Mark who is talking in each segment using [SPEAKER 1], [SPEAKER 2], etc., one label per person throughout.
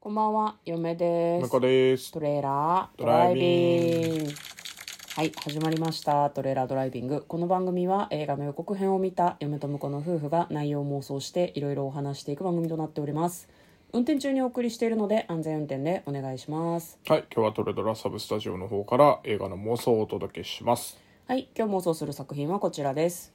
[SPEAKER 1] こんばんは、嫁です。
[SPEAKER 2] 中です。
[SPEAKER 1] トレーラード
[SPEAKER 2] ド
[SPEAKER 1] ラ
[SPEAKER 2] ラ
[SPEAKER 1] イ
[SPEAKER 2] イ
[SPEAKER 1] ビ
[SPEAKER 2] ビ
[SPEAKER 1] ング。はい、始まりました。トレーラードライビング。この番組は映画の予告編を見た嫁と婿の夫婦が内容を妄想していろいろお話していく番組となっております。運転中にお送りしているので安全運転でお願いします。
[SPEAKER 2] はい、今日はトレドラサブスタジオの方から映画の妄想をお届けします。
[SPEAKER 1] はい、今日妄想する作品はこちらです。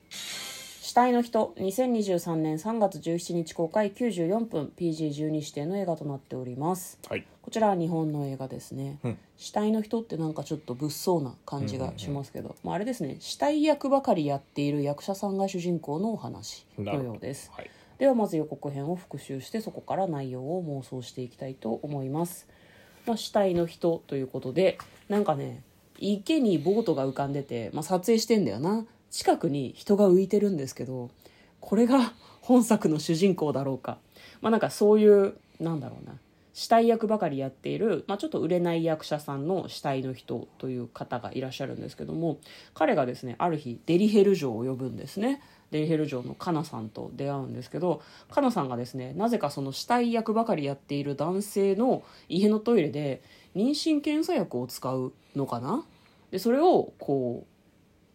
[SPEAKER 1] 死体の人、2023年3月17日公開94分 PG12 指定の映画となっております。
[SPEAKER 2] はい、
[SPEAKER 1] こちらは日本の映画ですね、
[SPEAKER 2] うん
[SPEAKER 1] 死体の人ってなんかちょっと物騒な感じがしますけど、まあ、あれですね死体役ばかりやっている役者さんが主人公のお話の
[SPEAKER 2] なるほど
[SPEAKER 1] ようです
[SPEAKER 2] はい、
[SPEAKER 1] ではまず予告編を復習してそこから内容を妄想していきたいと思います、まあ、死体の人ということでなんかね池にボートが浮かんでて、まあ、撮影してんだよな近くに人が浮いてるんですけどこれが本作の主人公だろうかまあなんかそういうなんだろうな死体役ばかりやっている、まあ、ちょっと売れない役者さんの死体の人という方がいらっしゃるんですけども彼がですねある日デリヘル城を呼ぶんですねデリヘル城のカナさんと出会うんですけどカナさんがですねなぜかその死体役ばかりやっている男性の家のトイレで妊娠検査薬を使うのかなでそれをこう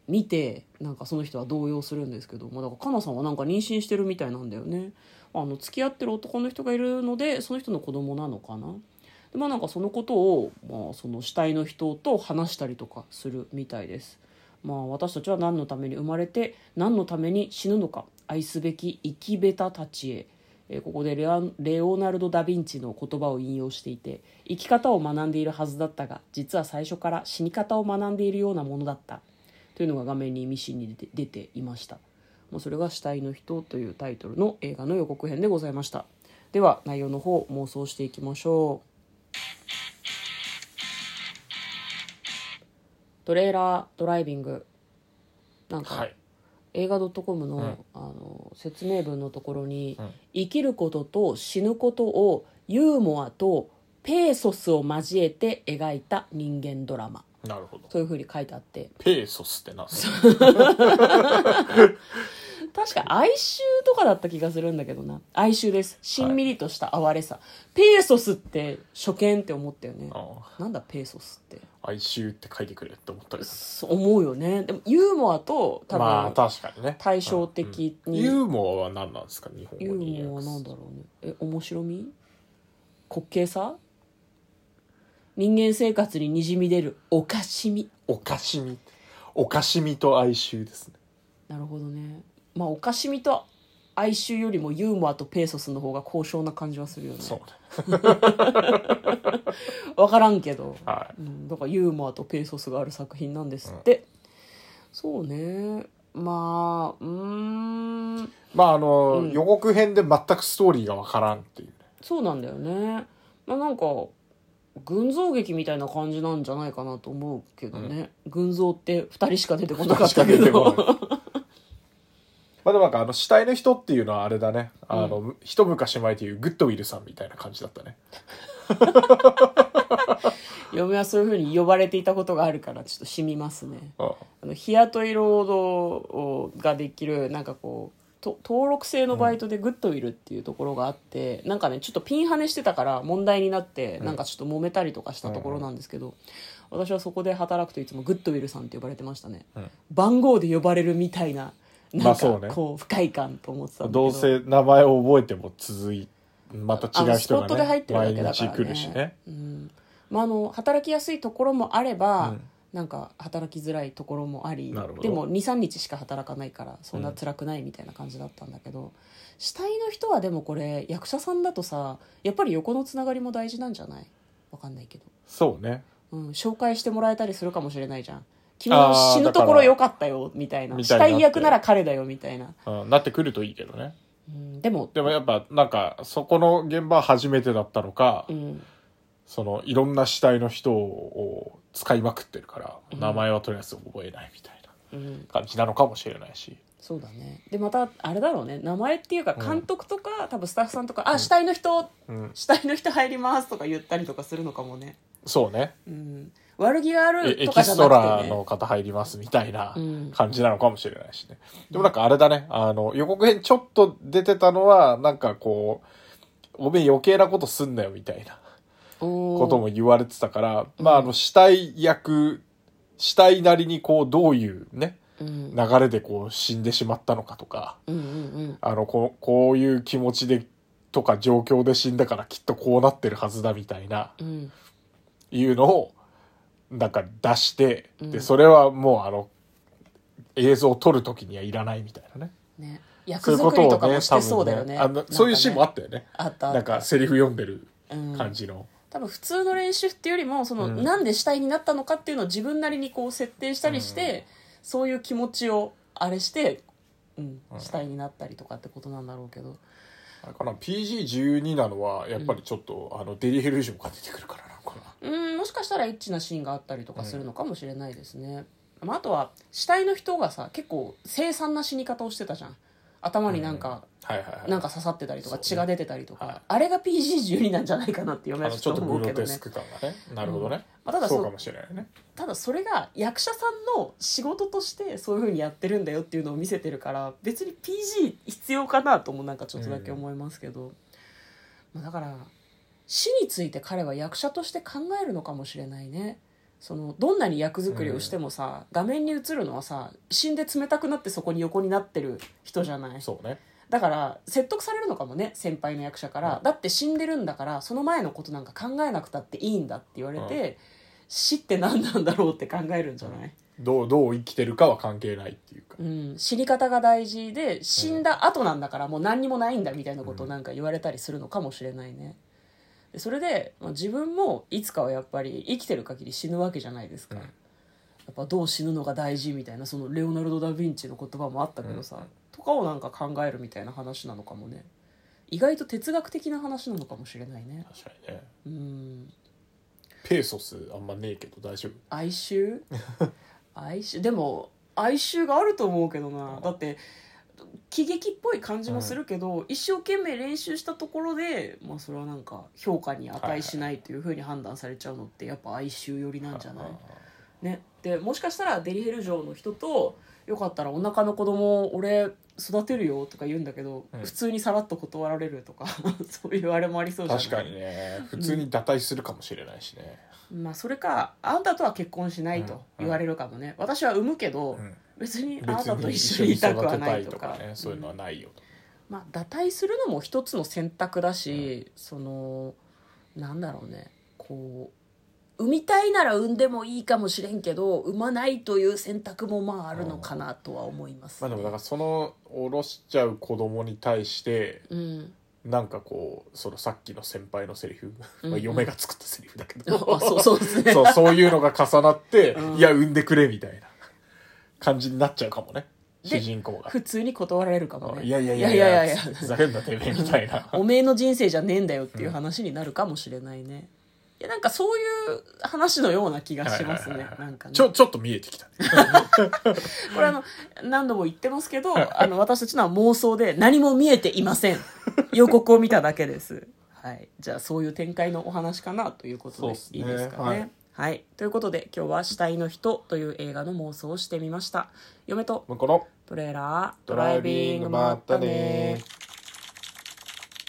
[SPEAKER 1] 見てなんかその人は動揺するんですけど、まあ、だからカナさんはなんか妊娠してるみたいなんだよねあの付き合ってる男の人がいるのでその人の子供なのかなでまあなんかそのことを、まあ、その死体の人と話したりとかするみたいですまあ私たちは何のために生まれて何のために死ぬのか愛すべき生きべたたちへえーここでレアレオナルド・ダ・ヴィンチの言葉を引用していて生き方を学んでいるはずだったが実は最初から死に方を学んでいるようなものだったというのが画面にミシンに出て出ていましたもうそれが「死体の人」というタイトルの映画の予告編でございましたでは内容の方妄想していきましょうトレーラードライビングなんか、
[SPEAKER 2] はい、
[SPEAKER 1] 映画 .com の,、
[SPEAKER 2] うん
[SPEAKER 1] あの説明文のところに、
[SPEAKER 2] うん
[SPEAKER 1] 生きることと死ぬことをユーモアとペーソスを交えて描いた人間ドラマ
[SPEAKER 2] なるほど。
[SPEAKER 1] というふうに書いてあって
[SPEAKER 2] ペーソスってなんですか。
[SPEAKER 1] 確か哀愁とかだった気がするんだけどな哀愁ですしんみりとした哀れさ、ペーソスって初見って思ったよね
[SPEAKER 2] あ
[SPEAKER 1] なんだペーソスって
[SPEAKER 2] あ哀愁って書いてくれって思ったりす
[SPEAKER 1] そう思うよねでもユーモアと多
[SPEAKER 2] る。まあ
[SPEAKER 1] 分
[SPEAKER 2] 確かにね。
[SPEAKER 1] 対照的
[SPEAKER 2] うん
[SPEAKER 1] に、
[SPEAKER 2] ユーモアは何なんですか日本
[SPEAKER 1] ユ
[SPEAKER 2] 語に
[SPEAKER 1] ーモア
[SPEAKER 2] 訳す
[SPEAKER 1] なんだろうねえ面白み滑稽さ人間生活ににじみ出るおかしみ
[SPEAKER 2] おかしみ。おかしみと哀愁ですね。
[SPEAKER 1] なるほどねまあおかしみと哀愁よりもユーモアとペーソスの方が高尚な感じはするよね
[SPEAKER 2] そうね。
[SPEAKER 1] 分からんけど、
[SPEAKER 2] は
[SPEAKER 1] うん、だからユーモアとペーソスがある作品なんですって、そうねまあうーん
[SPEAKER 2] い。まああの、
[SPEAKER 1] うん
[SPEAKER 2] 予告編で全くストーリーがわからんっていうね。
[SPEAKER 1] そうなんだよね、まあ、なんか群像劇みたいな感じなんじゃないかなと思うけどね、群像って2人しか出てこなかったけ
[SPEAKER 2] 確か
[SPEAKER 1] ど
[SPEAKER 2] に出てこないまあでもなんかあの死体の人っていうのはあれだね。あの、一昔前でいうグッドウィルさんみたいな感じだったね。
[SPEAKER 1] 嫁はそういうふうに呼ばれていたことがあるからちょっとしみますね
[SPEAKER 2] うん
[SPEAKER 1] あの日雇い労働をができるなんかこうと登録制のバイトでグッドウィルっていうところがあって、なんかねちょっとピンハネしてたから問題になって、なんかちょっと揉めたりとかしたところなんですけど、私はそこで働くといつもグッドウィルさんって呼ばれてましたね、
[SPEAKER 2] うん
[SPEAKER 1] 番号で呼ばれるみたいなな
[SPEAKER 2] ま
[SPEAKER 1] ん
[SPEAKER 2] あ
[SPEAKER 1] か
[SPEAKER 2] そうね
[SPEAKER 1] こう不快感と思ってたんだけど,、
[SPEAKER 2] どうせ名前を覚えても続いまた違う人
[SPEAKER 1] あのスポッ
[SPEAKER 2] が、
[SPEAKER 1] トで入ってるだけ
[SPEAKER 2] ね、
[SPEAKER 1] だ
[SPEAKER 2] 毎
[SPEAKER 1] から
[SPEAKER 2] 日
[SPEAKER 1] ね
[SPEAKER 2] 来るしね
[SPEAKER 1] うんまあ、あの働きやすいところもあれば、
[SPEAKER 2] うん
[SPEAKER 1] なんか働きづらいところもあり
[SPEAKER 2] なるほど
[SPEAKER 1] でも23日しか働かないからそんな辛くないみたいな感じだったんだけど、死体の人はでもこれ役者さんだとさやっぱり横のつながりも大事なんじゃないわかんないけど、
[SPEAKER 2] そうね
[SPEAKER 1] うん、紹介してもらえたりするかもしれないじゃん君の死ぬところ良かったよみたいな
[SPEAKER 2] みた
[SPEAKER 1] 死
[SPEAKER 2] いな
[SPEAKER 1] 体役なら彼だよみたいな、
[SPEAKER 2] うんなってくるといいけどね
[SPEAKER 1] うん、でも
[SPEAKER 2] でもやっぱなんかそこの現場は初めてだったのか、
[SPEAKER 1] うん
[SPEAKER 2] そのいろんな死体の人を使いまくってるから、
[SPEAKER 1] うん
[SPEAKER 2] 名前はとりあえず覚えないみたいな
[SPEAKER 1] うん
[SPEAKER 2] 感じなのかもしれないし
[SPEAKER 1] そうだねでまたあれだろうね名前っていうか
[SPEAKER 2] うん
[SPEAKER 1] 監督とか、多分スタッフさんとか「あ死体の人
[SPEAKER 2] うん
[SPEAKER 1] 死体の人入ります」とか言ったりとかするのかもね、
[SPEAKER 2] そうね
[SPEAKER 1] うん、悪気があ
[SPEAKER 2] え
[SPEAKER 1] る
[SPEAKER 2] エ
[SPEAKER 1] とか
[SPEAKER 2] キ
[SPEAKER 1] じゃ
[SPEAKER 2] スト
[SPEAKER 1] なく
[SPEAKER 2] ラ
[SPEAKER 1] て、ね
[SPEAKER 2] の、方入りますみたいな
[SPEAKER 1] うん
[SPEAKER 2] 感じなのかもしれないしね。でもなんかあれだね、あの、予告編ちょっと出てたのは、なんかこう、おめえ余計なことすんなよみたいな
[SPEAKER 1] こ
[SPEAKER 2] ことも言われてたから、まああの死体役死体なりにこうどういうね
[SPEAKER 1] うん
[SPEAKER 2] 流れでこう死んでしまったのかとか
[SPEAKER 1] うんうん
[SPEAKER 2] あのここういう気持ちでとか状況で死んだからきっとこうなってるはずだみたいな
[SPEAKER 1] うんうん
[SPEAKER 2] いうのをなんか出して、
[SPEAKER 1] うん
[SPEAKER 2] でそれはもうあの映像を撮る時にはいらないみたいなね
[SPEAKER 1] ね
[SPEAKER 2] そ
[SPEAKER 1] 役
[SPEAKER 2] ういうこ
[SPEAKER 1] 作
[SPEAKER 2] と
[SPEAKER 1] りと
[SPEAKER 2] を
[SPEAKER 1] かも
[SPEAKER 2] ね
[SPEAKER 1] してそうだよね
[SPEAKER 2] 多分あのそういうシーンもあ
[SPEAKER 1] っ
[SPEAKER 2] ったよね
[SPEAKER 1] たあった
[SPEAKER 2] なんかセリフ読んでる
[SPEAKER 1] うん
[SPEAKER 2] 感じの、
[SPEAKER 1] 多分普通の練習っていうよりもその、
[SPEAKER 2] うん
[SPEAKER 1] なんで死体になったのかっていうのを自分なりにこう設定したりして、そういう気持ちをあれして、うん、死体になったりとかってことなんだろうけど、
[SPEAKER 2] あれかな PG12 なのはやっぱりちょっと、あのデリヘルジョンが出てくるからなのかな
[SPEAKER 1] うん、もしかしたらエッチなシーンがあったりとかするのかもしれないですね、まあ、あとは死体の人がさ結構凄惨な死に方をしてたじゃん頭になんか、
[SPEAKER 2] はいはいはい
[SPEAKER 1] なんか刺さってたりとか
[SPEAKER 2] そうね
[SPEAKER 1] 血が出てたりとか、
[SPEAKER 2] はい
[SPEAKER 1] あれが PG12 なんじゃないかなって読
[SPEAKER 2] あ
[SPEAKER 1] め
[SPEAKER 2] の
[SPEAKER 1] る
[SPEAKER 2] ちょっと
[SPEAKER 1] と思
[SPEAKER 2] グ
[SPEAKER 1] うけ
[SPEAKER 2] ロ
[SPEAKER 1] ど
[SPEAKER 2] テ
[SPEAKER 1] ね
[SPEAKER 2] スク感がねなるほどね、
[SPEAKER 1] まあただそ
[SPEAKER 2] そうかもしれないね
[SPEAKER 1] ただそれが役者さんの仕事としてそういうふうにやってるんだよっていうのを見せてるから別に PG 必要かなともなんかちょっとだけ思いますけど、まあ、だから死について彼は役者として考えるのかもしれないねそのどんなに役作りをしてもさ、画面に映るのはさ死んで冷たくなってそこに横になってる人じゃない
[SPEAKER 2] そうね
[SPEAKER 1] だから説得されるのかもね先輩の役者から、だって死んでるんだからその前のことなんか考えなくたっていいんだって言われて、死って何なんだろうって考えるんじゃない、
[SPEAKER 2] どうどう生きてるかは関係ないっていうか、
[SPEAKER 1] うん、死に方が大事で死んだ後なんだからもう何にもないんだみたいなことをなんか言われたりするのかもしれないねでそれで、まあ、自分もいつかはやっぱり生きてる限り死ぬわけじゃないですか、
[SPEAKER 2] うん
[SPEAKER 1] やっぱどう死ぬのが大事みたいなそのレオナルド・ダ・ヴィンチの言葉もあったけどさ、
[SPEAKER 2] うん
[SPEAKER 1] とかをなんか考えるみたいな話なのかもね意外と哲学的な話なのかもしれないね
[SPEAKER 2] 確かにね
[SPEAKER 1] うん
[SPEAKER 2] ペーソスあんまねえけど大丈夫
[SPEAKER 1] 哀愁哀愁でも哀愁があると思うけどなだって喜劇っぽい感じもするけど、一生懸命練習したところで、まあ、それはなんか評価に値しないというふうに判断されちゃうのってやっぱ哀愁寄りなんじゃない、ね、でもしかしたらデリヘル城の人と「よかったらお腹の子供俺育てるよ」とか言うんだけど、
[SPEAKER 2] うん
[SPEAKER 1] 普通にさらっと断られるとか そういうあれもありそうじゃない
[SPEAKER 2] 確かにね普通に堕退するかもしれないしね、
[SPEAKER 1] まあ、それかあんたとは結婚しないと言われるかもね、私は産むけど、
[SPEAKER 2] うん
[SPEAKER 1] 別にあな
[SPEAKER 2] 別
[SPEAKER 1] た
[SPEAKER 2] に
[SPEAKER 1] と一
[SPEAKER 2] 一
[SPEAKER 1] 緒
[SPEAKER 2] 緒
[SPEAKER 1] に
[SPEAKER 2] に
[SPEAKER 1] いた
[SPEAKER 2] 育
[SPEAKER 1] くは
[SPEAKER 2] て
[SPEAKER 1] な
[SPEAKER 2] た
[SPEAKER 1] い
[SPEAKER 2] い
[SPEAKER 1] と
[SPEAKER 2] と
[SPEAKER 1] か
[SPEAKER 2] かねそういうのはないよと、
[SPEAKER 1] まあ、堕退するのも一つの選択だし、そのなんだろうねこう産みたいなら産んでもいいかもしれんけど産まないという選択もまああるのかなとは思います、
[SPEAKER 2] まあでもだからその下ろしちゃう子供に対して
[SPEAKER 1] うん、
[SPEAKER 2] なんかこうそのさっきの先輩のセリフ、
[SPEAKER 1] うん
[SPEAKER 2] まあ嫁が作ったセリフだけど、
[SPEAKER 1] あそうそうですね
[SPEAKER 2] そうそういうのが重なって、
[SPEAKER 1] うん
[SPEAKER 2] いや産んでくれみたいな感じになっちゃうかもね
[SPEAKER 1] で
[SPEAKER 2] 主人公が
[SPEAKER 1] 普通に断られるかもね
[SPEAKER 2] いやいやいや
[SPEAKER 1] い
[SPEAKER 2] い
[SPEAKER 1] や
[SPEAKER 2] や
[SPEAKER 1] いやいや
[SPEAKER 2] ふざけんなてめえみたいな
[SPEAKER 1] おめえの人生じゃねえんだよっていう話になるかもしれないね、いやなんかそういう話のような気がします
[SPEAKER 2] はい
[SPEAKER 1] ね
[SPEAKER 2] はいはい
[SPEAKER 1] なんかね
[SPEAKER 2] ちょちょっと見えてきたね
[SPEAKER 1] これあの何度も言ってますけどあの私たちのは妄想で何も見えていま せん予告を見ただけですはいじゃあそういう展開のお話かなということ
[SPEAKER 2] そう
[SPEAKER 1] で
[SPEAKER 2] っす
[SPEAKER 1] い
[SPEAKER 2] ね
[SPEAKER 1] いですかねは
[SPEAKER 2] はい
[SPEAKER 1] い、ということで今日は「死体の人」という映画の妄想をしてみました嫁と
[SPEAKER 2] 向こうの
[SPEAKER 1] トレーラード
[SPEAKER 2] ドライビングまったね